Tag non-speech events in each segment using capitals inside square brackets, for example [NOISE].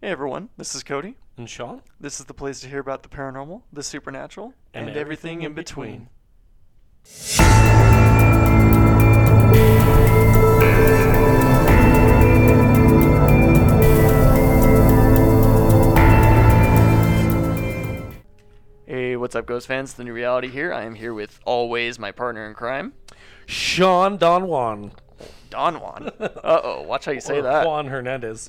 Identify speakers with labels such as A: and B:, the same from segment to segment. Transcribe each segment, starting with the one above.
A: Hey everyone, this is Cody.
B: And Sean?
A: This is the place to hear about the paranormal, the supernatural, and, everything, in between. Hey, what's up, Ghost fans? The new reality here. I am here with always my partner in crime,
B: Sean Don Juan.
A: Don [LAUGHS] Juan. Uh oh, watch how you say
B: or
A: that.
B: Juan
A: [LAUGHS]
B: Hernandez.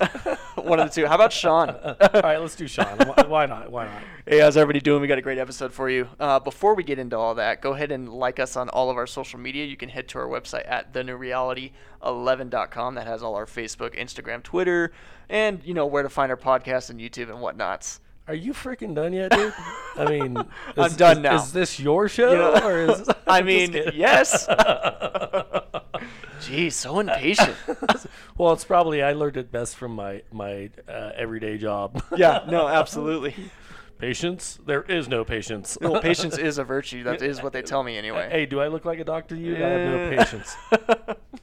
A: One of the two. How about Sean?
B: [LAUGHS] All right, let's do Sean. Why, why not? Why not?
A: Hey, how's everybody doing? We got a great episode for you. Uh, before we get into all that, go ahead and like us on all of our social media. You can head to our website at thenewreality11.com. That has all our Facebook, Instagram, Twitter, and you know where to find our podcast and YouTube and
B: [LAUGHS]
A: whatnots.
B: Are you freaking done yet, dude? I mean, is,
A: [LAUGHS] I'm done
B: is-
A: now.
B: Is this your show?
A: You know?
B: Or
A: [LAUGHS]
B: is,
A: I
B: I'm just
A: mean,
B: kidding. [LAUGHS]
A: yes. Geez, so impatient.
B: [LAUGHS] well, it's probably I learned it best from my my uh, everyday job.
A: yeah,
B: [LAUGHS]
A: no, absolutely.
B: patience. There is no patience.
A: Well, patience is a virtue. That is what they tell me anyway.
B: Hey, do I look like a doctor to you? I have no
A: Eh.
B: patience.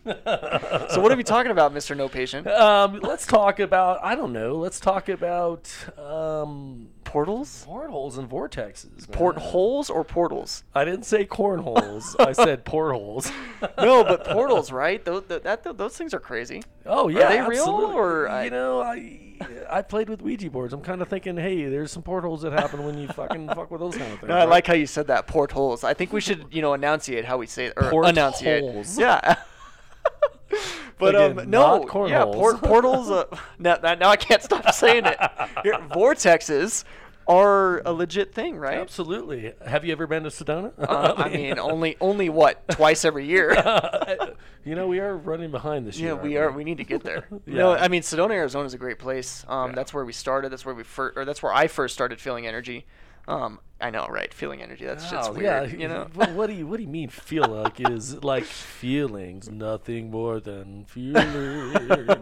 A: [LAUGHS] So what are we talking about, Mr. No Patient?
B: Um, let's talk about I don't know. Let's talk about um,
A: Portals?
B: portholes and vortexes. man.
A: Portholes or [LAUGHS] portals?
B: I didn't say cornholes.
A: [LAUGHS]
B: I said portholes.
A: No, but portals, right? Those, that, that, those things are crazy.
B: [LAUGHS] Oh yeah,
A: they real,
B: absolutely.
A: or
B: you
A: I-
B: know I I played with Ouija boards. I'm kind of thinking, hey, there's some portholes that happen
A: [LAUGHS]
B: when you fucking fuck with those kind of things.
A: No, I
B: right?
A: like how you said that. Portholes. I think we should, you know, enunciate how we say it or
B: Portholes.
A: enunciate. Yeah. [LAUGHS] but
B: Again,
A: um, no,
B: not
A: yeah, por-
B: cornholes.
A: portals. Uh, [LAUGHS] now, now- now I can't
B: [LAUGHS]
A: stop saying it. Here, vortexes are a legit thing, right?
B: absolutely. Have you ever been to Sedona? [LAUGHS]
A: Uh, I mean, only only what twice every year. [LAUGHS]
B: you know we are running behind this
A: Yeah,
B: year.
A: we are.
B: aren't
A: We need to get
B: [LAUGHS]
A: there. No,
B: Yeah.
A: I mean Sedona, Arizona is a great place. Um, That's where we started. That's where we first, or that's where I first started feeling energy. Um, I know, right? Feeling energy. That's just
B: Wow,
A: weird. You know.
B: Oh, [LAUGHS] What, what do you What do you mean? Feel like is like feelings, nothing more than feeling.
A: [LAUGHS]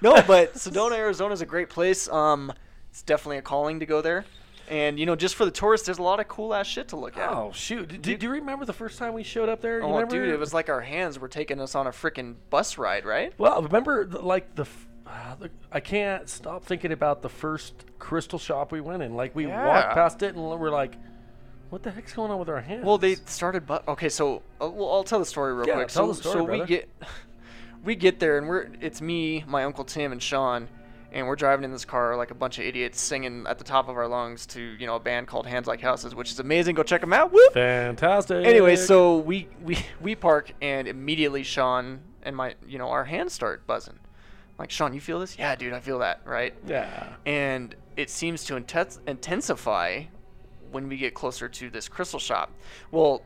A: no, but Sedona, Arizona is a great place. Um, it's definitely a calling to go there. And you know, just for the tourists, there's a lot of cool ass shit to look at.
B: oh shoot! Did, did you remember the first time we showed up there? You
A: Oh,
B: remember?
A: dude, it was like our hands were taking us on a freaking bus ride, right?
B: Well, remember, the, like the, f- uh, the, I can't stop thinking about the first crystal shop we went in. Like we
A: Yeah.
B: walked past it and we're like, "What the heck's going on with our hands?"
A: Well, they started, but okay. So, uh, well, I'll tell the story real
B: Yeah,
A: quick. so,
B: tell the story,
A: so
B: brother.
A: we get, [LAUGHS] we get there, and we're it's me, my uncle Tim, and Sean, and we're driving in this car like a bunch of idiots, singing at the top of our lungs to you know a band called Hands Like Houses, which is amazing. Go check them out. Whoop.
B: fantastic.
A: Anyway, so we we we park, and immediately Sean and my you know our hands start buzzing. like Sean, you feel this? Yeah, dude, I feel that. Right
B: yeah,
A: and it seems to intens- intensify when we get closer to this crystal shop. Well,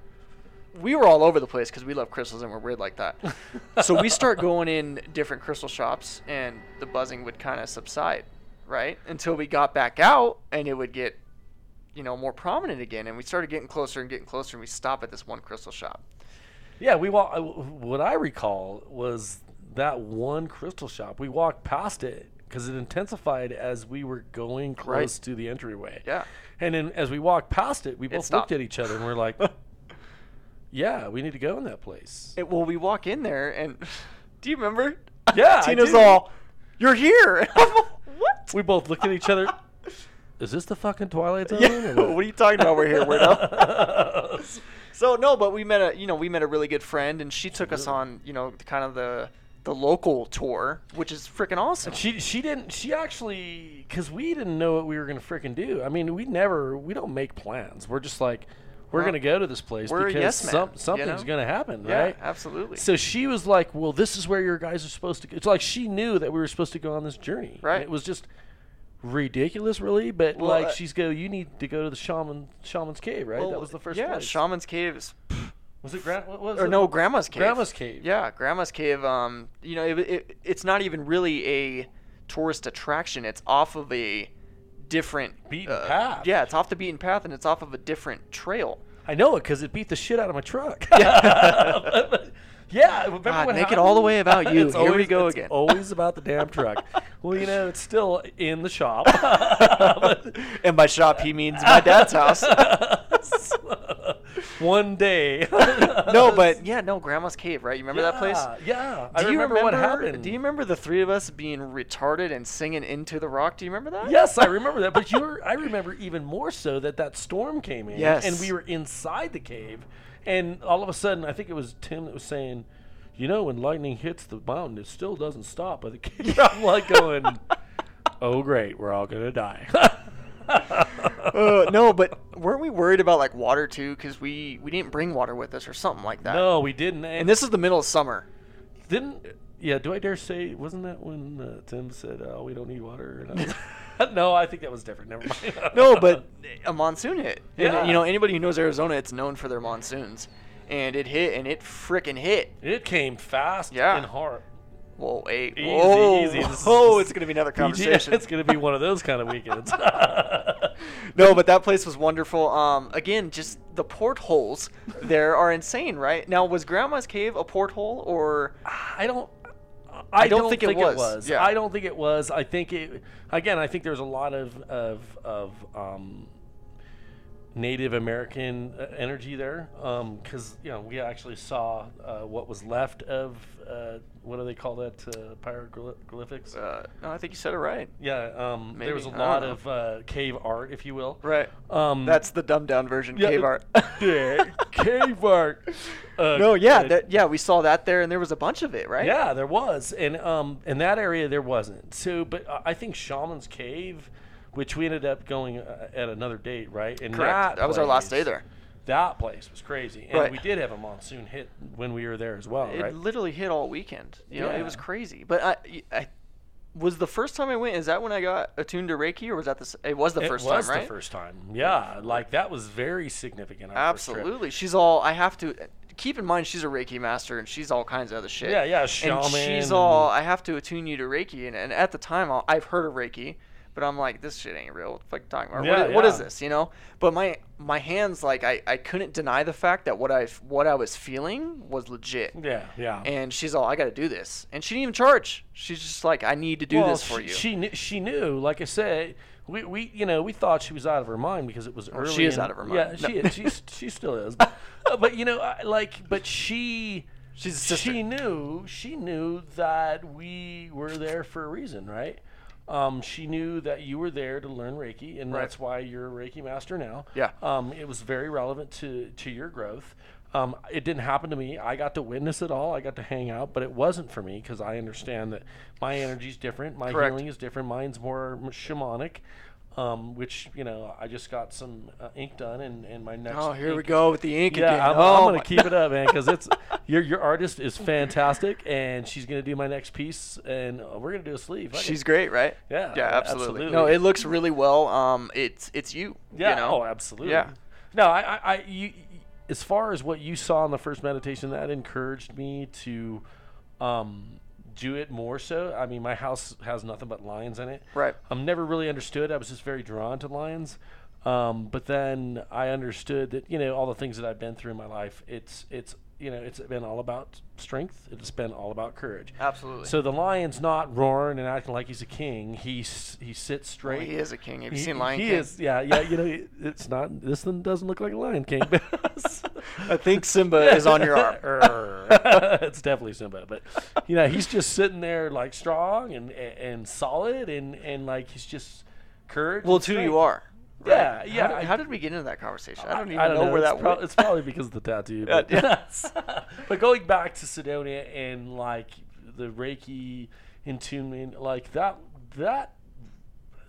A: we were all over the place because we love crystals and we're weird like that. so we start going in different crystal shops, and the buzzing would kind of subside, right? Until we got back out, and it would get, you know, more prominent again. And we started getting closer and getting closer, and we stop at this one crystal shop.
B: yeah, we walk. What I recall was that one crystal shop. We walked past it because it intensified as we were going close to the entryway.
A: Yeah.
B: And then as we walked past it, we both
A: stopped.
B: looked at each other and we're like,
A: [LAUGHS]
B: "Yeah, we need to go in that place."
A: It- well, we walk in there, and [LAUGHS] do you remember?
B: Yeah,
A: [LAUGHS]
B: I
A: Tina's
B: do.
A: all, "You're here." [LAUGHS] I'm all, what?
B: We both looked at each
A: [LAUGHS]
B: other. Is this the fucking Twilight Zone?
A: Yeah, [LAUGHS]
B: or
A: what are you talking about? We're here,
B: [LAUGHS]
A: weirdo.
B: what?
A: so no, but we met a you know we met a really good friend, and she took us on you know kind of the the local tour, which is freaking awesome.
B: she she didn't. She actually, because we didn't know what we were gonna freaking do. I mean, we never. We don't make plans. We're just like, we're
A: Well,
B: gonna go to this place
A: we're a
B: because
A: yes man, you
B: something's
A: know?
B: gonna happen,
A: Yeah,
B: right?
A: absolutely.
B: So she was like, "Well, this is where your guys are supposed to go." It's like she knew that we were supposed to go on this journey. and
A: Right.
B: it was just ridiculous, really. But
A: Well,
B: like,
A: uh,
B: she's go, "You need to go to the shaman shaman's cave, right?" that was the first.
A: Oh, Yeah,
B: place.
A: Shaman's Cave is-
B: Was it grand? What was
A: or
B: it?
A: no Grandma's Cave.
B: Grandma's Cave.
A: Yeah, Grandma's Cave. Um, you know, it, it, it's not even really a tourist attraction. It's off of a different uh,
B: Beaten path.
A: Yeah, it's off the beaten path, and it's off of a different trail.
B: [LAUGHS]
A: [LAUGHS]
B: I know it because it beat the shit out of my truck. [LAUGHS] Yeah, remember
A: God,
B: what
A: make it all the
B: happened?
A: way about you.
B: [LAUGHS] It's
A: Here we
B: always-
A: go
B: it's
A: again.
B: Always about the damn
A: [LAUGHS]
B: truck. well, you know, it's still in the shop. [LAUGHS] [LAUGHS]
A: and by shop, he means my dad's house.
B: one day.
A: [LAUGHS]
B: [LAUGHS]
A: no, but yeah, no, Grandma's Cave, right? You remember that place?
B: Yeah, Yeah,
A: Do
B: I
A: you
B: remember, what happened.
A: Do you remember the three of us being retarded and singing "Into the Rock"? Do you remember that?
B: Yes, I remember that. But you were, I remember even more so that that storm came in.
A: Yes.
B: And we were inside the cave. And all of a sudden, I think it was Tim that was saying, you know, when lightning hits the mountain, it still doesn't stop. But the [LAUGHS] cave, I'm like going, oh, great. We're all going to die. [LAUGHS]
A: uh, no, but weren't we worried about like water too? Because we we didn't bring water with us or something like that.
B: no, we didn't.
A: And this is the middle of summer.
B: didn't. Yeah, do I dare say, wasn't that when uh, Tim said, oh, we don't need water? And
A: [LAUGHS]
B: I [LAUGHS] was- no, I think that was different. Never mind.
A: No, but [LAUGHS] a monsoon hit. And,
B: Yeah.
A: you know, anybody who knows Arizona, it's known for their monsoons, and it hit and it frickin' hit.
B: [LAUGHS] it came fast
A: Yeah.
B: and hard.
A: Whoa, eight.
B: Easy,
A: whoa,
B: easy. This is-
A: whoa! [LAUGHS] It's gonna be
B: [LAUGHS]
A: another
B: PG
A: conversation.
B: it's going to be one of those kind of weekends. [LAUGHS]
A: No, but that place was wonderful. Um, again, just the portholes there are insane, right? Now, was Grandma's Cave a porthole or?
B: I don't. I,
A: don't
B: don't,
A: think
B: think,
A: it was.
B: it was.
A: Yeah.
B: I don't think it was. I think it. Again, I think there's a lot of of of um, Native American uh, energy there, because you know we actually saw uh, what was left of uh, what do they call that uh, pyroglyphics?
A: Uh, no, I think you said it right.
B: yeah, um, there was a
A: maybe. I
B: lot
A: don't know.
B: of uh, cave art, if you will.
A: Right.
B: Um,
A: That's the dumbed down version.
B: [LAUGHS] yeah,
A: cave art. [LAUGHS]
B: yeah, cave art. Uh,
A: no, yeah,
B: uh,
A: that, yeah, we saw that there, and there was a bunch of it, right?
B: Yeah, there was, and um, in that area there wasn't. So, but uh, I- I think Shaman's Cave, which we ended up going uh, at another date, right? And
A: correct. That was our last day
B: place-
A: there.
B: That place was crazy, and
A: Right.
B: we did have a monsoon hit when we were there as well,
A: It
B: right?
A: literally hit all weekend. You know, it was
B: Yeah.
A: crazy. But I, I was the first time I went. Is that when I got attuned to Reiki, or was that the? s- It was the
B: it
A: first
B: was
A: time, right?
B: the first time. Yeah, like that was very significant. our first trip.
A: Absolutely. She's all. I have to keep in mind. She's a Reiki master, and she's all kinds of other shit.
B: Yeah, yeah, shaman.
A: And she's
B: and-
A: all. I have to attune you to Reiki, and, and at the time I'll, I've heard of Reiki, but I'm like, this shit ain't real. Like talking about
B: Yeah,
A: what, i- what is
B: yeah.
A: this, you know? But my my hands, like I, I couldn't deny the fact that what I what I was feeling was legit.
B: Yeah, yeah.
A: And she's all, I got to do this, and she didn't even charge. She's just like, I need to do
B: Well,
A: this for
B: she,
A: you.
B: She knew, she knew. Like I said, we, we you know we thought she was out of her mind because it was early.
A: Oh, she is
B: in-
A: out of her
B: Yeah,
A: mind.
B: she
A: No. [LAUGHS]
B: is. She's, she still is. But, uh, but, you know, I, like, but she.
A: She's a sister.
B: She knew. She knew that we were there for a reason, right? Um, she knew that you were there to learn Reiki, and
A: Right.
B: that's why you're a Reiki master now.
A: Yeah.
B: Um, it was very relevant to to your growth. Um, it didn't happen to me. I got to witness it all. I got to hang out, but it wasn't for me because I understand that my energy's different. My
A: Correct.
B: healing is different. Mine's more m- shamanic, um, which you know I just got some uh, ink done, and, and my next.
A: oh, here we
B: ink-
A: go with the ink again.
B: Yeah, I'm,
A: oh,
B: I'm gonna
A: my-
B: keep it up, man,
A: [LAUGHS]
B: because it's your your artist is fantastic, and she's gonna do my next piece, and uh, we're gonna do a sleeve. Fuck it.
A: She's great, right?
B: Yeah,
A: Yeah, absolutely. No,
B: absolutely.
A: it looks really well. Um, it's it's you.
B: Yeah.
A: You know?
B: Oh, absolutely.
A: Yeah.
B: No, I, I, I you, as far as what you saw in the first meditation, that encouraged me to, um, do it more so. I mean, my house has nothing but lions in it.
A: Right.
B: I've never really understood. I was just very drawn to lions. Um, but then I understood that you know all the things that I've been through in my life. It's it's you know it's been all about strength. It's been all about courage.
A: Absolutely.
B: So the lion's not roaring and acting like he's a king. He s- he sits straight.
A: Well, he is a king. Have you
B: He-
A: seen Lion
B: he
A: King?
B: is, yeah, yeah. You know, it- it's not. This one doesn't look like a Lion King.
A: [LAUGHS] I [LAUGHS] think Simba is on your [LAUGHS]
B: [LAUGHS]
A: arm.
B: Err. it's definitely Simba, but you know, he's just sitting there like strong and and, and solid and and like he's just courage.
A: Well,
B: and
A: two
B: strength.
A: you are.
B: Yeah,
A: How
B: yeah,
A: did- How,
B: I-
A: did we get into that conversation? I don't even
B: I
A: know, where
B: it's
A: that
B: prob-
A: went.
B: It's probably because of the tattoo.
A: [LAUGHS] Yeah,
B: But,
A: yeah.
B: [LAUGHS] but going back to Sidonia and like the Reiki entombment, like that that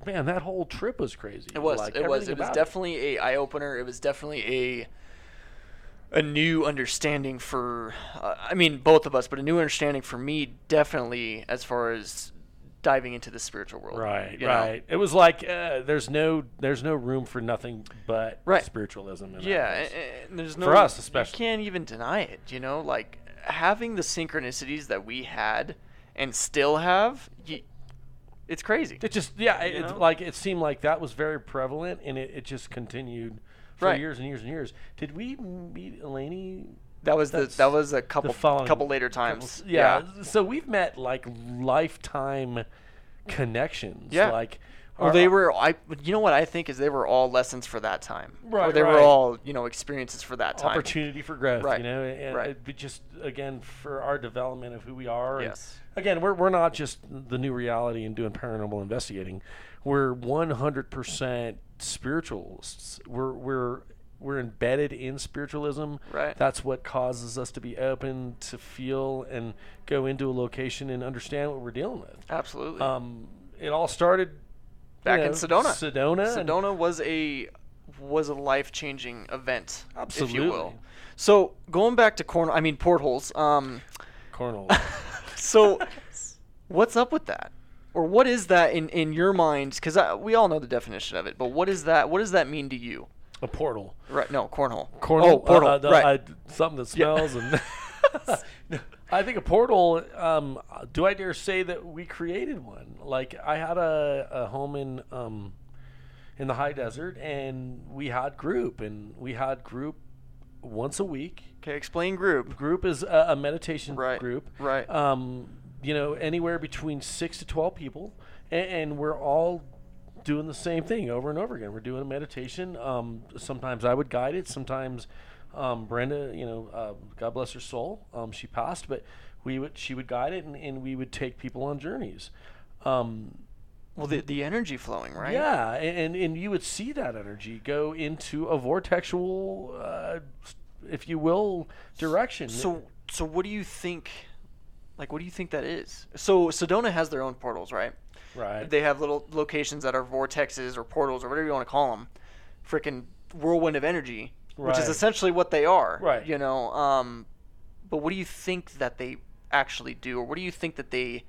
B: man, that whole trip was crazy.
A: It was.
B: Like,
A: it was.
B: everything
A: It was
B: about
A: definitely a eye opener. It was definitely a a new understanding for. Uh, I mean, both of us, but a new understanding for me, definitely as far as diving into the spiritual world.
B: Right,
A: you know?
B: right. It was like uh, there's no there's no room for nothing but
A: Right.
B: spiritualism. In that
A: Yeah,
B: place.
A: and, and there's no
B: For us, especially.
A: You can't even deny it. You know, like having the synchronicities that we had and still have, y it's crazy.
B: it just yeah, it,
A: You
B: it-
A: know?
B: like it seemed like that was very prevalent, and it, it just continued for
A: Right.
B: years and years and years. Did we meet Eleni?
A: That was the
B: That's
A: that was a couple
B: following-
A: couple later times.
B: Yeah, so we've met like lifetime connections.
A: Yeah.
B: like
A: Well,
B: Or-
A: they were. I. You know what I think is they were all lessons for that time. Or
B: Right,
A: they were
B: right.
A: all you know experiences for that time.
B: opportunity for growth,
A: Right,
B: you know, and
A: right.
B: it- but just again for our development of who we are. and
A: Yes.
B: Again, we're we're not just the new reality and doing paranormal investigating. We're 100% spiritualists. We're we're we're embedded in spiritualism.
A: Right.
B: That's what causes us to be open to feel and go into a location and understand what we're dealing with.
A: Absolutely.
B: Um, it all started you
A: Back
B: know,
A: in Sedona.
B: Sedona. and-
A: Sedona was a was a life changing event, if you will.
B: Absolutely.
A: So going back to corn, I mean portholes. Um,
B: Cornell.
A: [LAUGHS] so what's up with that, or what is that in in your mind? Because we all know the definition of it, but what is that? What does that mean to you?
B: a portal.
A: Right? No, cornhole.
B: Cornhole,
A: Oh, portal.
B: uh, uh, the-
A: right.
B: uh, something that smells
A: [LAUGHS]
B: [LAUGHS] and. I think a portal. Um, do I dare say that we created one? Like I had a, a home in um, in the high desert, and we had group, and we had group once a week.
A: okay. Explain group.
B: Group is a, a meditation
A: Right,
B: group.
A: right.
B: Um, you know, anywhere between six to twelve people, and, and we're all doing the same thing over and over again. We're doing a meditation. Um, sometimes I would guide it. Sometimes um, Brenda, you know, uh, God bless her soul, um, she passed, but we would she would guide it, and, and we would take people on journeys. Um,
A: Well, the the energy flowing, right?
B: yeah, a- and and you would see that energy go into a vortexual, uh, s- if you will, direction.
A: So so what do you think? Like, what do you think that is? So Sedona has their own portals, right?
B: right,
A: They have little locations that are vortexes or portals or whatever you want to call them. Freaking whirlwind of energy, which is
B: Right.
A: essentially what they are.
B: Right.
A: You know. Um, but what do you think that they actually do, or what do you think that they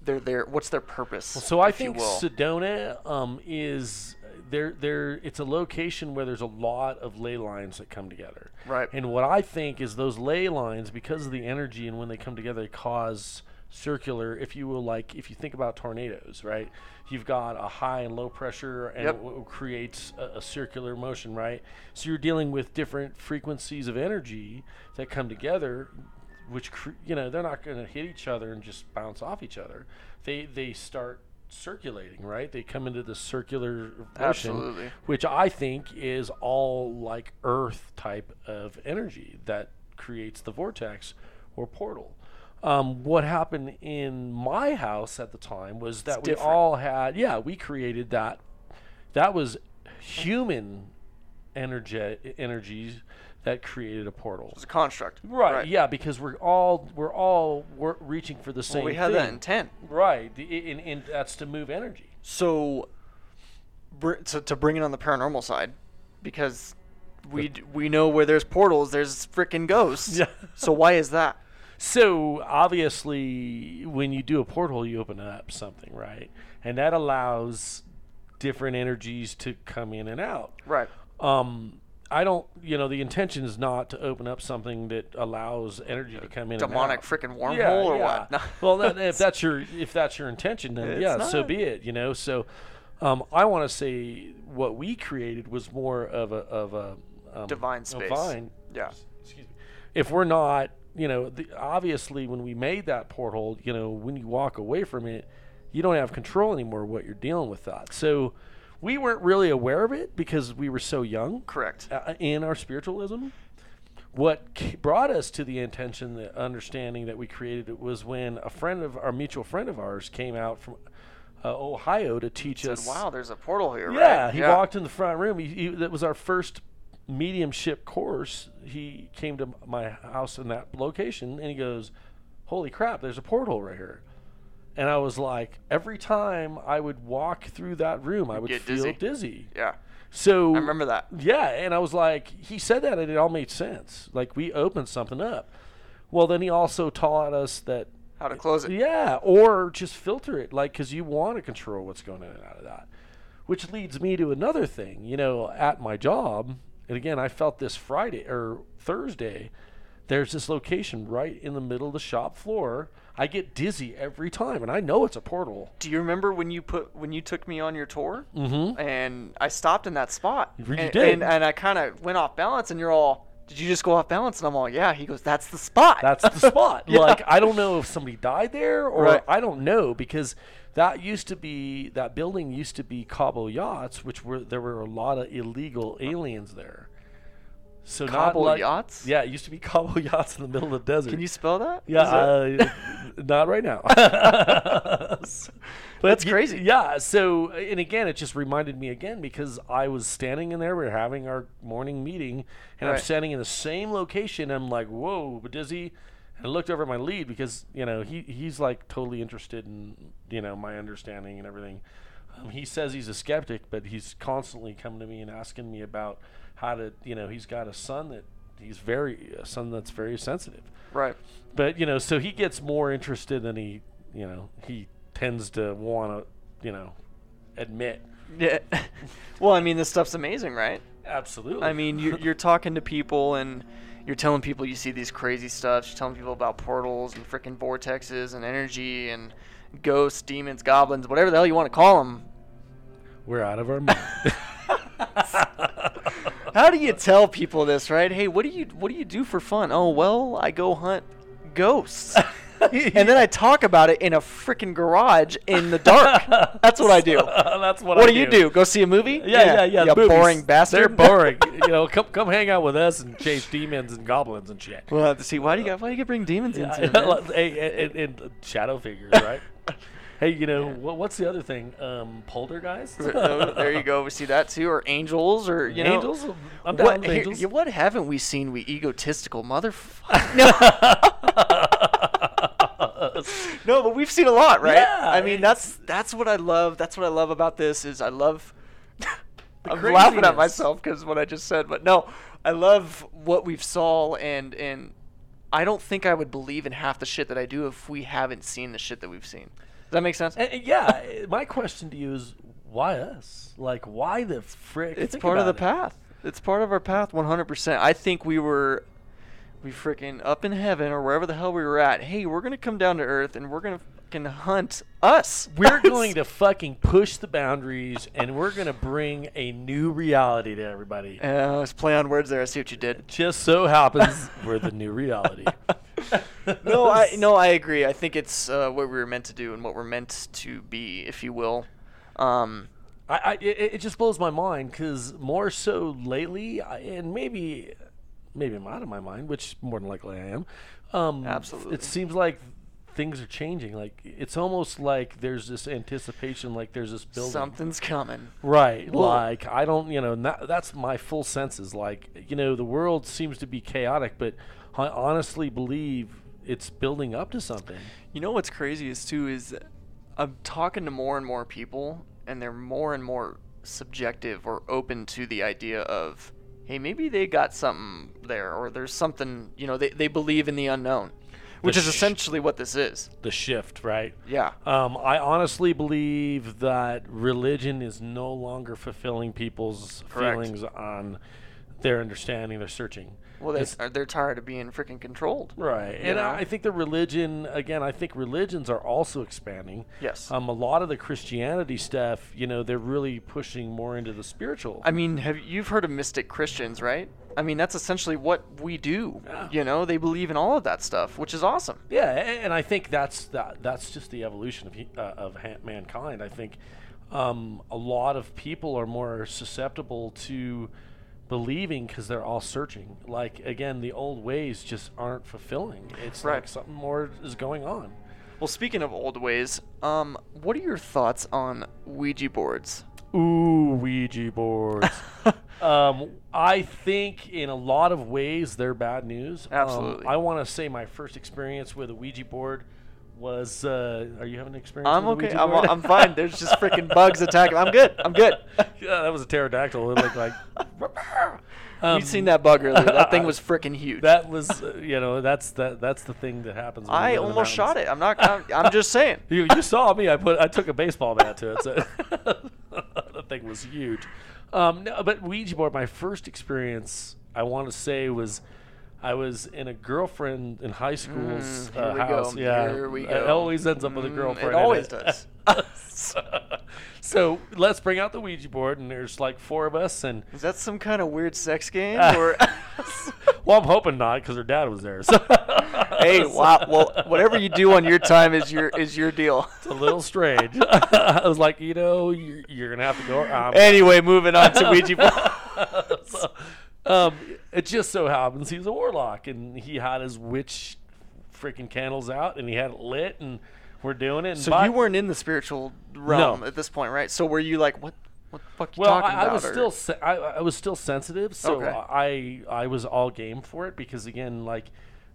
A: they're there? What's their purpose?
B: So I
A: if you
B: think
A: will?
B: Sedona um, is there. There, it's a location where there's a lot of ley lines that come together.
A: Right.
B: And what I think is those ley lines, because of the energy and when they come together, they cause circular, if you will, like if you think about tornadoes, right? You've got a high and low pressure, and
A: Yep.
B: it w- creates a, a circular motion, right? So you're dealing with different frequencies of energy that come together, which cr- you know they're not going to hit each other and just bounce off each other. They they start circulating, right? They come into the circular motion,
A: Absolutely.
B: which I think is all like Earth type of energy that creates the vortex or portal. Um, what happened in my house at the time was that we
A: different.
B: all had, yeah, we created that. That was human energy energies that created a portal.
A: it's a construct.
B: Right, Yeah, because we're all we're all we're reaching for the same.
A: We had
B: thing.
A: that intent.
B: Right, the- i- and, and that's to move energy.
A: So, br- to, to bring it on the paranormal side, because we d- we know where there's portals, there's freaking ghosts.
B: Yeah.
A: So why is that?
B: So obviously, when you do a portal, you open up something, right? And that allows different energies to come in and out.
A: Right.
B: Um, I don't, you know, the intention is not to open up something that allows energy to come in.
A: Demonic
B: and out.
A: freaking wormhole
B: yeah,
A: or
B: yeah.
A: what? [LAUGHS] No.
B: well, that, if that's your if that's your intention, then
A: It's
B: yeah, so
A: not.
B: be it. You know, so um, I want to say what we created was more of a of a um,
A: Divine space.
B: divine
A: Yeah.
B: excuse me, if we're not, you know, the, obviously when we made that porthole, you know, when you walk away from it, you don't have control anymore what you're dealing with that. So we weren't really aware of it because we were so young
A: Correct.
B: uh, in our spiritualism. What c- brought us to the intention, the understanding that we created it was when a friend of our mutual friend of ours came out from uh, Ohio to teach us.
A: Wow, there's a portal here.
B: Yeah,
A: right?
B: he walked in the front room. He, he, that was our first mediumship course. He came to my house in that location, and he goes, "Holy crap! There's a porthole right here." And I was like, every time I would walk through that room, I would
A: get
B: feel
A: dizzy.
B: dizzy.
A: Yeah.
B: So
A: I remember that.
B: yeah, and I was like, he said that, and it all made sense. Like we opened something up. Well, then he also taught us that
A: How to close it.
B: yeah, or just filter it, like because you want to control what's going in and out of that. Which leads me to another thing. You know, at my job, and again, I felt this Friday or Thursday. There's this location right in the middle of the shop floor. I get dizzy every time, and I know it's a portal.
A: Do you remember when you put when you took me on your tour? Mm-hmm. And I stopped in that spot.
B: You
A: and,
B: did.
A: And, and I kind of went off balance, and you're all, did you just go off balance? And I'm all, yeah. He goes, that's the spot.
B: That's the spot.
A: [LAUGHS] Yeah.
B: Like I don't know if somebody died there or
A: Right.
B: I don't know because that used to be that building used to be Cabo Yachts, which were there were a lot of illegal aliens there. So not
A: Cabo
B: like-
A: Yachts?
B: Yeah, it used to be [LAUGHS] Cabo Yachts in the middle of the desert.
A: Can you spell that?
B: Yeah,
A: Is it-
B: uh,
A: [LAUGHS]
B: not right now. [LAUGHS]
A: That's
B: y-
A: crazy.
B: Yeah. So, and again, it just reminded me again because I was standing in there. We were having our morning meeting, and I'm
A: Right.
B: standing in the same location. I'm like, whoa, but does he? And I looked over at my lead because you know he he's like totally interested in you know my understanding and everything. Um, he says he's a skeptic, but he's constantly coming to me and asking me about how to you know he's got a son that he's very a son that's very sensitive
A: right. [LAUGHS]
B: but you know, so he gets more interested than he, you know, he tends to want to, you know, admit.
A: Yeah. well, I mean, this stuff's amazing, right?
B: Absolutely.
A: I mean, you're, you're talking to people and you're telling people you see these crazy stuff. You're telling people about portals and freaking vortexes and energy and ghosts, demons, goblins, whatever the hell you want to call
B: [LAUGHS]
A: them.
B: [LAUGHS] we're out of our mind.
A: [LAUGHS] How do you tell people this, right? Hey, what do you what do you do for fun? Oh well, I go hunt
B: [LAUGHS]
A: ghosts. And then I talk about it in a freaking garage in the dark. That's what I do.
B: [LAUGHS] That's what.
A: What
B: I
A: do you do? Go see a movie?
B: Yeah, yeah, yeah.
A: You
B: movies.
A: boring bastard.
B: They're
A: [LAUGHS]
B: boring. you know, come come hang out with us and chase demons and goblins and shit.
A: Well, see, why do you got why do you got bring [LAUGHS] demons
B: Yeah,
A: into it? man?
B: hey, and, and- and shadow figures,
A: [LAUGHS]
B: right? hey, you know what, what's the other thing? Um, poltergeist.
A: Oh, there you go. We see
B: [LAUGHS]
A: that too, or angels, or you know,
B: Angels? I'm down
A: What
B: with
A: here-
B: angels.
A: yeah, what haven't we seen? We egotistical
B: [LAUGHS]
A: motherfucker. no, but we've seen a lot, right?
B: Yeah,
A: I mean,
B: it-
A: that's that's what I love. That's what I love about this is I love. I'm laughing
B: craziness.
A: at myself because what I just said, but no, I love what we've saw and and I don't think I would believe in half the shit that I do if we haven't seen the shit that we've seen. Does that make sense?
B: And, and yeah, [LAUGHS] my question to you is why us? Like, why the frick?
A: It's
B: Think
A: part of the
B: about it.
A: path. It's part of our path, 100%. I think we were, we freaking up in heaven or wherever the hell we were at. Hey, we're gonna come down to earth and we're gonna fucking hunt [LAUGHS] us.
B: We're going to fucking push the boundaries, and we're going to bring a new reality to everybody.
A: Uh, let's play on words there. I see what you did.
B: Just so happens we're the new reality.
A: [LAUGHS] No, I no,
B: [LAUGHS]
A: I agree. I think it's uh, what we were meant to do and what we're meant to be, if you will. Um,
B: I, I it, it just blows my mind because more so lately, I, and maybe, maybe I'm out of my mind, which more than likely I am. Um,
A: Absolutely.
B: it seems like things are changing. Like it's almost like there's this anticipation, like there's this building,
A: something's coming.
B: right?
A: Well-
B: like I don't, you know, not, that's my full senses. Like you know, the world seems to be chaotic, but I honestly believe it's building up to something.
A: You know what's crazy is too is I'm talking to more and more people and they're more and more subjective or open to the idea of hey maybe they got something there or there's something you know they, they believe in the unknown which
B: The
A: is
B: sh-
A: essentially what this is
B: The shift, right?
A: yeah
B: Um, I honestly believe that religion is no longer fulfilling people's
A: Correct.
B: feelings on their understanding, their searching.
A: well they,
B: It's-
A: are they're tired of being freaking controlled
B: right. And
A: Yeah.
B: I I think the religion, again, I think religions are also expanding.
A: yes
B: Um, a lot of the Christianity stuff, you know, they're really pushing more into the spiritual.
A: i mean have you've heard of mystic christians right i mean that's essentially what we do
B: Yeah.
A: you know they believe in all of that stuff which is awesome
B: Yeah, a- and I think that's that, that's just the evolution of hu- uh, of ha- mankind. I think um, a lot of people are more susceptible to believing because they're all searching. Like again, the old ways just aren't fulfilling. It's like
A: Right.
B: something more is going on.
A: Well, speaking of old ways, um, what are your thoughts on Ouija boards?
B: Ooh, Ouija
A: [LAUGHS]
B: boards. um, I think in a lot of ways they're bad news. Um,
A: Absolutely.
B: I want to say my first experience with a Ouija board was. Uh, are you having an experience?
A: I'm
B: with a
A: okay.
B: Ouija
A: I'm,
B: board?
A: I'm fine. There's just freaking bugs attacking. I'm good. I'm good.
B: yeah, that was a pterodactyl. It looked
A: [LAUGHS]
B: like.
A: we
B: [LAUGHS] Um,
A: have seen that bug earlier. That thing was freaking huge.
B: [LAUGHS] That was, uh, you know, that's that that's the thing that happens. When
A: I
B: you live in the
A: almost shot
B: mountains.
A: it. I'm not. I'm, I'm just
B: [LAUGHS]
A: saying.
B: You, you saw me. I put I took a baseball bat to it. So [LAUGHS] the thing was huge. Um, no, but Ouija board. My first experience, I want to say, was I was in a girlfriend in high school's
A: Mm,
B: uh,
A: here we go. Mm,
B: house. Yeah,
A: Here we
B: It
A: go.
B: always ends up with a
A: Mm, it
B: girlfriend. in
A: always does.
B: [LAUGHS] so let's bring out the Ouija board, and there's like four of us, and
A: Is that some kind of weird sex game?
B: [LAUGHS] Uh,
A: Or
B: well, I'm hoping not because her dad was there. So
A: hey,
B: [LAUGHS] So-
A: wow. Well, whatever you do on your time is your is your deal. [LAUGHS]
B: It's a little strange. I was like, you know, you're, you're gonna have to go. I'm [LAUGHS]
A: Anyway, moving on to Ouija board.
B: So, um, it just so happens he's a warlock, and he had his witch freaking candles out, and he had it lit, and we're doing it. And
A: So
B: by-
A: you weren't in the spiritual realm
B: No.
A: at this point, right? So were you like, what, what the fuck you
B: Well,
A: talking
B: I,
A: about?
B: I was
A: or-
B: still se- I, I was still sensitive, so
A: Okay.
B: I I was all game for it because again, like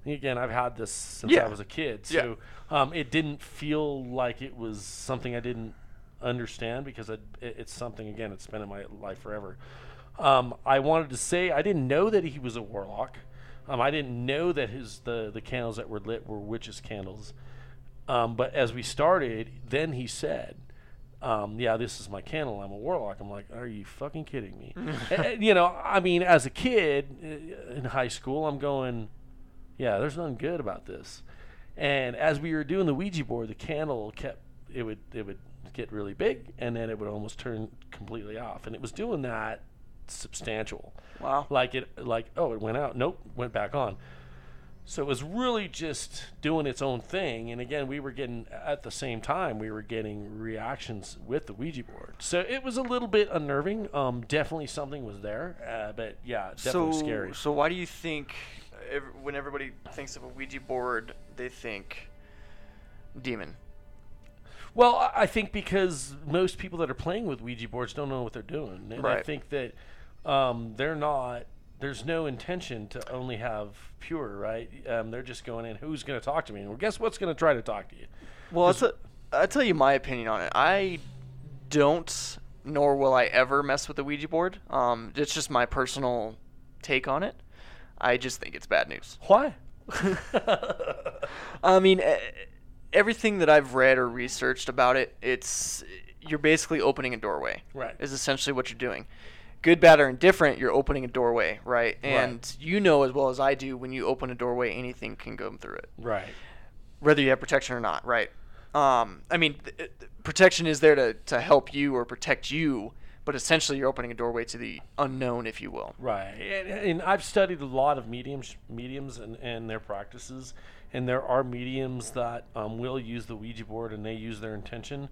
B: again, I've had this since
A: Yeah.
B: I was a kid,
A: Yeah.
B: so um, it didn't feel like it was something I didn't understand because I, it, it's something again it's been in my life forever. Um, I wanted to say I didn't know that he was a warlock. Um, I didn't know that his the the candles that were lit were witches' candles. Um, but as we started, then he said, um, "Yeah, this is my candle. I'm a warlock." I'm like, "Are you fucking kidding me?" And- and, you know, I mean, as a kid uh, in high school, I'm going, "Yeah, there's nothing good about this." And as we were doing the Ouija board, the candle kept it would it would get really big, and then it would almost turn completely off, and it was doing that substantial
A: wow.
B: like it like oh it went out nope went back on so it was really just doing its own thing and again we were getting at the same time we were getting reactions with the ouija board so it was a little bit unnerving um definitely something was there uh, but yeah definitely
A: so
B: scary
A: So why do you think ev- when everybody thinks of a Ouija board, they think demon?
B: Well, I- I think because most people that are playing with Ouija boards don't know what they're doing, and I
A: Right.
B: think that um, they're not. There's no intention to only have pure, right? Um, they're just going in. Who's going to talk to me? Well, guess what's going to try to talk to you?
A: Well, it's a, I'll tell you my opinion on it. I don't, nor will I ever mess with the Ouija board. Um, it's just my personal take on it. I just think it's bad news. [LAUGHS]
B: Why? [LAUGHS]
A: I mean, e- everything that I've read or researched about it, it's you're basically opening a doorway.
B: Right.
A: Is essentially what you're doing. Good, bad, or indifferent, you're opening a doorway, right? And you know as well as I do when you open a doorway, anything can go through it,
B: right.
A: whether you have protection or not, right? Um, I mean, th- th- protection is there to, to help you or protect you, but essentially you're opening a doorway to the unknown, if you will.
B: Right, and, and I've studied a lot of mediums, mediums, and, and their practices. And there are mediums that um, will use the Ouija board, and they use their intention.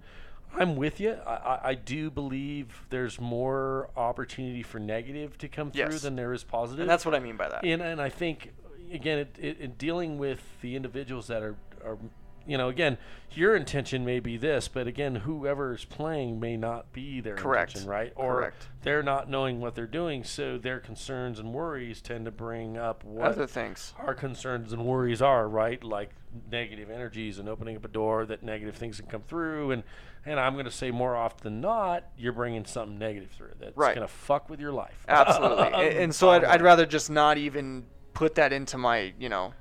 B: I'm with you. I, I, I do believe there's more opportunity for negative to come through
A: Yes.
B: than there is positive.
A: And that's what I mean by that.
B: And, and I think, again, it, it, in dealing with the individuals that are, are, you know, again, your intention may be this, but again, whoever's playing may not be their
A: Correct.
B: intention, right? Or
A: Correct.
B: they're not knowing what they're doing, so their concerns and worries tend to bring up what
A: Other things.
B: our concerns and worries are, right? Like negative energies and opening up a door that negative things can come through, and and I'm going to say more often than not, you're bringing something negative through that's
A: Right.
B: going to fuck with your life.
A: [LAUGHS] Absolutely.
B: [LAUGHS]
A: A- and, so I'd, I'd rather just not even put that into my, you know,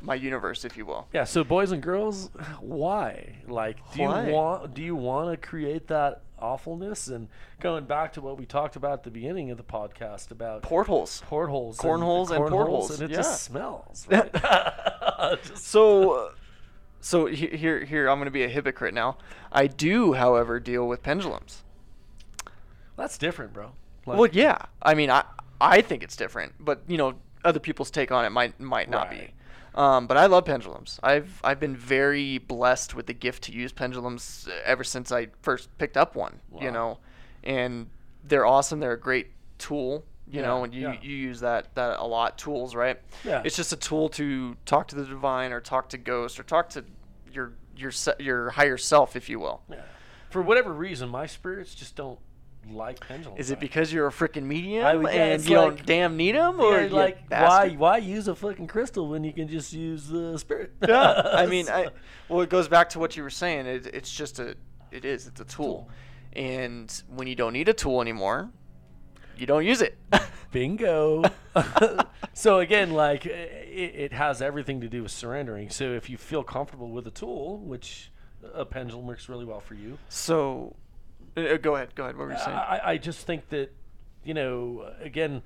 A: my universe, if you will.
B: Yeah, so boys and girls, why? Like, do
A: Why?
B: you want do you want to create that awfulness? And going back to what we talked about at the beginning of the podcast about
A: Portholes.
B: portholes,
A: cornholes and
B: cornholes,
A: portholes,
B: and it
A: yeah. [LAUGHS]
B: just smells. Right? [LAUGHS] Just-
A: So, uh, so he- here, here, I'm going to be a hypocrite now. I do, however, deal with pendulums.
B: that's different, bro. Like,
A: Well, yeah. I mean, I, I think it's different, but you know, other people's take on it might, might not
B: Right.
A: be. Um, but I love pendulums. I've, I've been very blessed with the gift to use pendulums ever since I first picked up one.
B: Wow.
A: You know, and they're awesome. They're a great tool. You
B: Yeah,
A: know, and you,
B: yeah.
A: you use that that a lot. Tools, right?
B: Yeah.
A: It's just a tool to talk to the divine, or talk to ghosts, or talk to your your se- your higher self, if you will.
B: yeah. for whatever reason, my spirits just don't like pendulums.
A: Is it
B: like-
A: because you're a freaking medium
B: I would- yeah,
A: and
B: it's
A: you
B: like-
A: don't damn need them,
B: Yeah,
A: or you
B: like why
A: bastard?
B: why use a fucking crystal when you can just use the spirit?
A: Yeah,
B: [LAUGHS]
A: I mean, I
B: So-
A: well, it goes back to what you were saying. It, it's just a, it is, it's a tool, and when you don't need a tool anymore, you don't use it. [LAUGHS]
B: Bingo. [LAUGHS] so again, like it, it has everything to do with surrendering. So if you feel comfortable with a tool, which a pendulum works really well for you,
A: so, uh, go ahead, go ahead. What were you saying?
B: I, I just think that you know, again,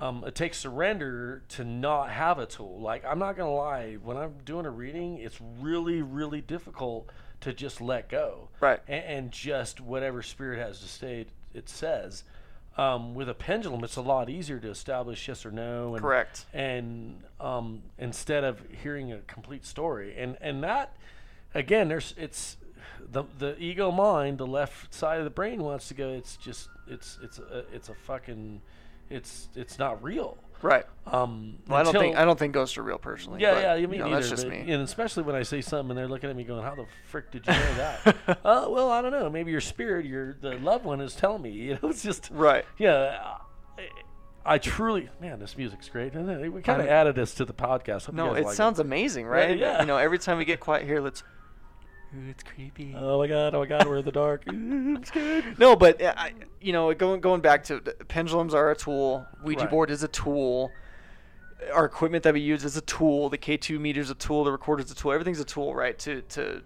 B: um, it takes surrender to not have a tool. Like I'm not gonna lie, when I'm doing a reading, it's really, really difficult to just let go
A: Right.
B: and, and just whatever spirit has to say it says um, with a pendulum it's a lot easier to establish yes or no and,
A: Correct.
B: and um, instead of hearing a complete story and and that again there's it's the the ego mind the left side of the brain wants to go it's just it's it's a, it's a fucking it's it's not real
A: Right.
B: um
A: Well, I don't think
B: until-
A: I don't think ghosts are real personally.
B: yeah,
A: but,
B: yeah, you
A: you
B: mean
A: know,
B: either,
A: that's just
B: but-
A: me.
B: And especially when I say something and they're looking at me going, "How the frick did you know
A: [LAUGHS]
B: that?" uh, well, I don't know. Maybe your spirit, your the loved one, is telling me. [LAUGHS] You know, it's just
A: Right.
B: Yeah, I, I truly, man, this music's great. isn't it? We kind of
A: I'm-
B: added this to the podcast. Hope you
A: No,
B: guys
A: it
B: like
A: sounds amazing,
B: Right,
A: right?
B: yeah.
A: You know, every time we get quiet here, let's. Ooh, it's creepy.
B: Oh my god! Oh my god! We're in
A: [LAUGHS]
B: the dark. Ooh, I'm scared.
A: No, but uh, I, you know, going going back to the- pendulums are a tool. Ouija
B: Right.
A: board is a tool. Our equipment that we use is a tool. The K two meter's a tool. The recorder's a tool. Everything's a tool, right? To to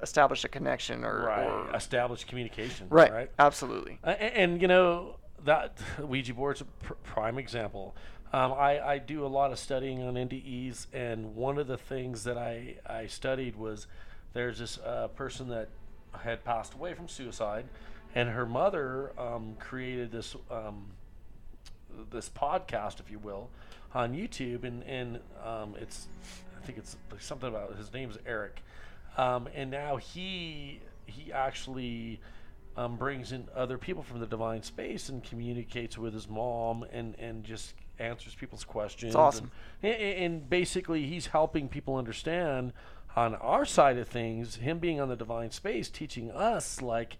A: establish a connection or
B: Right.
A: or-
B: Established communication.
A: right,
B: Right.
A: absolutely.
B: A- a- and, you know that [LAUGHS] Ouija board's a pr- prime example. Um, I, I do a lot of studying on NDEs, and one of the things that I, I studied was there's this uh, person that had passed away from suicide, and her mother um, created this um, this podcast, if you will, on YouTube, and and um, it's I think it's something about his name's Eric, um, and now he he actually um, brings in other people from the divine space and communicates with his mom and and just answers people's questions. and-
A: awesome.
B: and, and basically he's helping people understand on our side of things. Him being on the divine space, teaching us like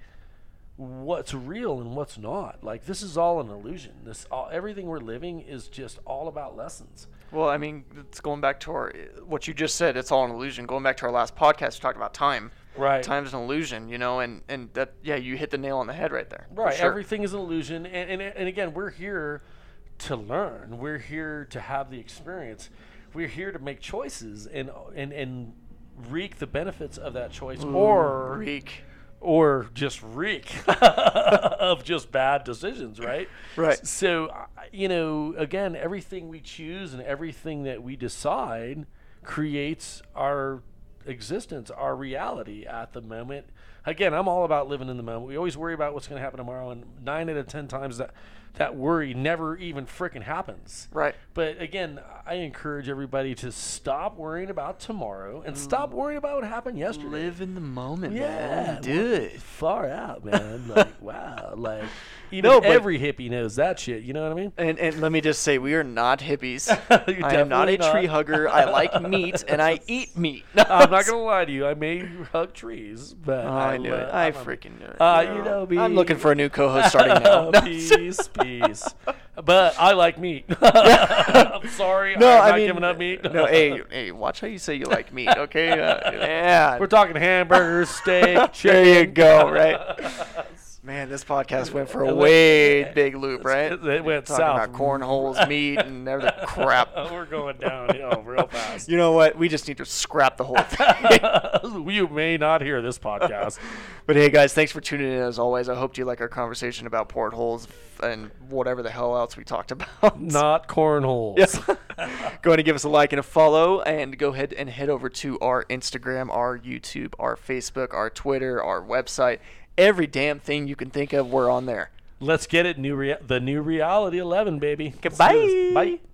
B: what's real and what's not. Like this is all an illusion. This all, everything we're living is just all about lessons.
A: Well, I mean, it's going back to our what you just said. It's all an illusion. Going back to our last podcast, we talked about time.
B: Right.
A: Time's an illusion, you know, and and that yeah, you hit the nail on the head right there. for
B: Right.
A: sure.
B: Everything is an illusion. And, and and again, we're here to learn. We're here to have the experience. We're here to make choices and and and reap the benefits of that choice or
A: Reek.
B: or just reek [LAUGHS] of just bad decisions, right?
A: Right.
B: So, I- you know, again, everything we choose and everything that we decide creates our existence, our reality at the moment. Again, I'm all about living in the moment. We always worry about what's going to happen tomorrow, and nine out of ten times that that worry never even frickin' happens.
A: Right.
B: But again, I encourage everybody to stop worrying about tomorrow and
A: Mm.
B: stop worrying about what happened yesterday
A: Live in the moment,
B: Yeah,
A: man. Do it.
B: far out, man.
A: [LAUGHS]
B: Like, wow. Like, even
A: No, but-
B: every hippie knows that shit. You know what I mean?
A: And, and let me just say, we are not
B: [LAUGHS]
A: hippies.
B: You're
A: I am not
B: definitely
A: a tree
B: not.
A: hugger. I
B: [LAUGHS]
A: like meat and I eat meat. [LAUGHS] No, Oh,
B: I'm not gonna lie to you. [LAUGHS] I may hug trees,
A: [LAUGHS]
B: but
A: I knew
B: love-
A: it. I
B: I'm [LAUGHS] a-
A: freaking knew it.
B: Uh, you know me.
A: I'm looking for a new co-host
B: [LAUGHS]
A: starting now. No. [LAUGHS]
B: peace, peace. But I like meat. [LAUGHS]
A: [LAUGHS]
B: I'm sorry.
A: No,
B: I'm
A: I
B: not
A: mean,
B: giving up meat.
A: no, hey, hey, watch how you say you like meat, okay? Uh, man.
B: [LAUGHS] We're talking
A: [LAUGHS]
B: hamburgers, steak,
A: there you
B: chicken.
A: go,
B: [LAUGHS]
A: right? Man, this podcast went for a
B: It went-
A: way
B: [LAUGHS]
A: big loop, right?
B: It, it went
A: Talking
B: south.
A: about cornholes, meat, and
B: [LAUGHS]
A: everything. Crap.
B: We're going downhill real
A: [LAUGHS]
B: fast.
A: You know what? We just need to scrap
B: [LAUGHS]
A: the whole thing.
B: you may not hear this podcast.
A: [LAUGHS] But hey, guys, thanks for tuning in as always. I hope you like our conversation about portholes and whatever the hell else we talked
B: [LAUGHS]
A: about.
B: Not
A: [LAUGHS]
B: cornholes.
A: Yes. go ahead and give us a like and a follow, and go ahead and head over to our Instagram, our YouTube, our Facebook, our Twitter, our website. Every damn thing you can think of, we're on there.
B: Let's get it. New rea- the new reality eleven, baby. Let's do
A: Goodbye.
B: this. Bye.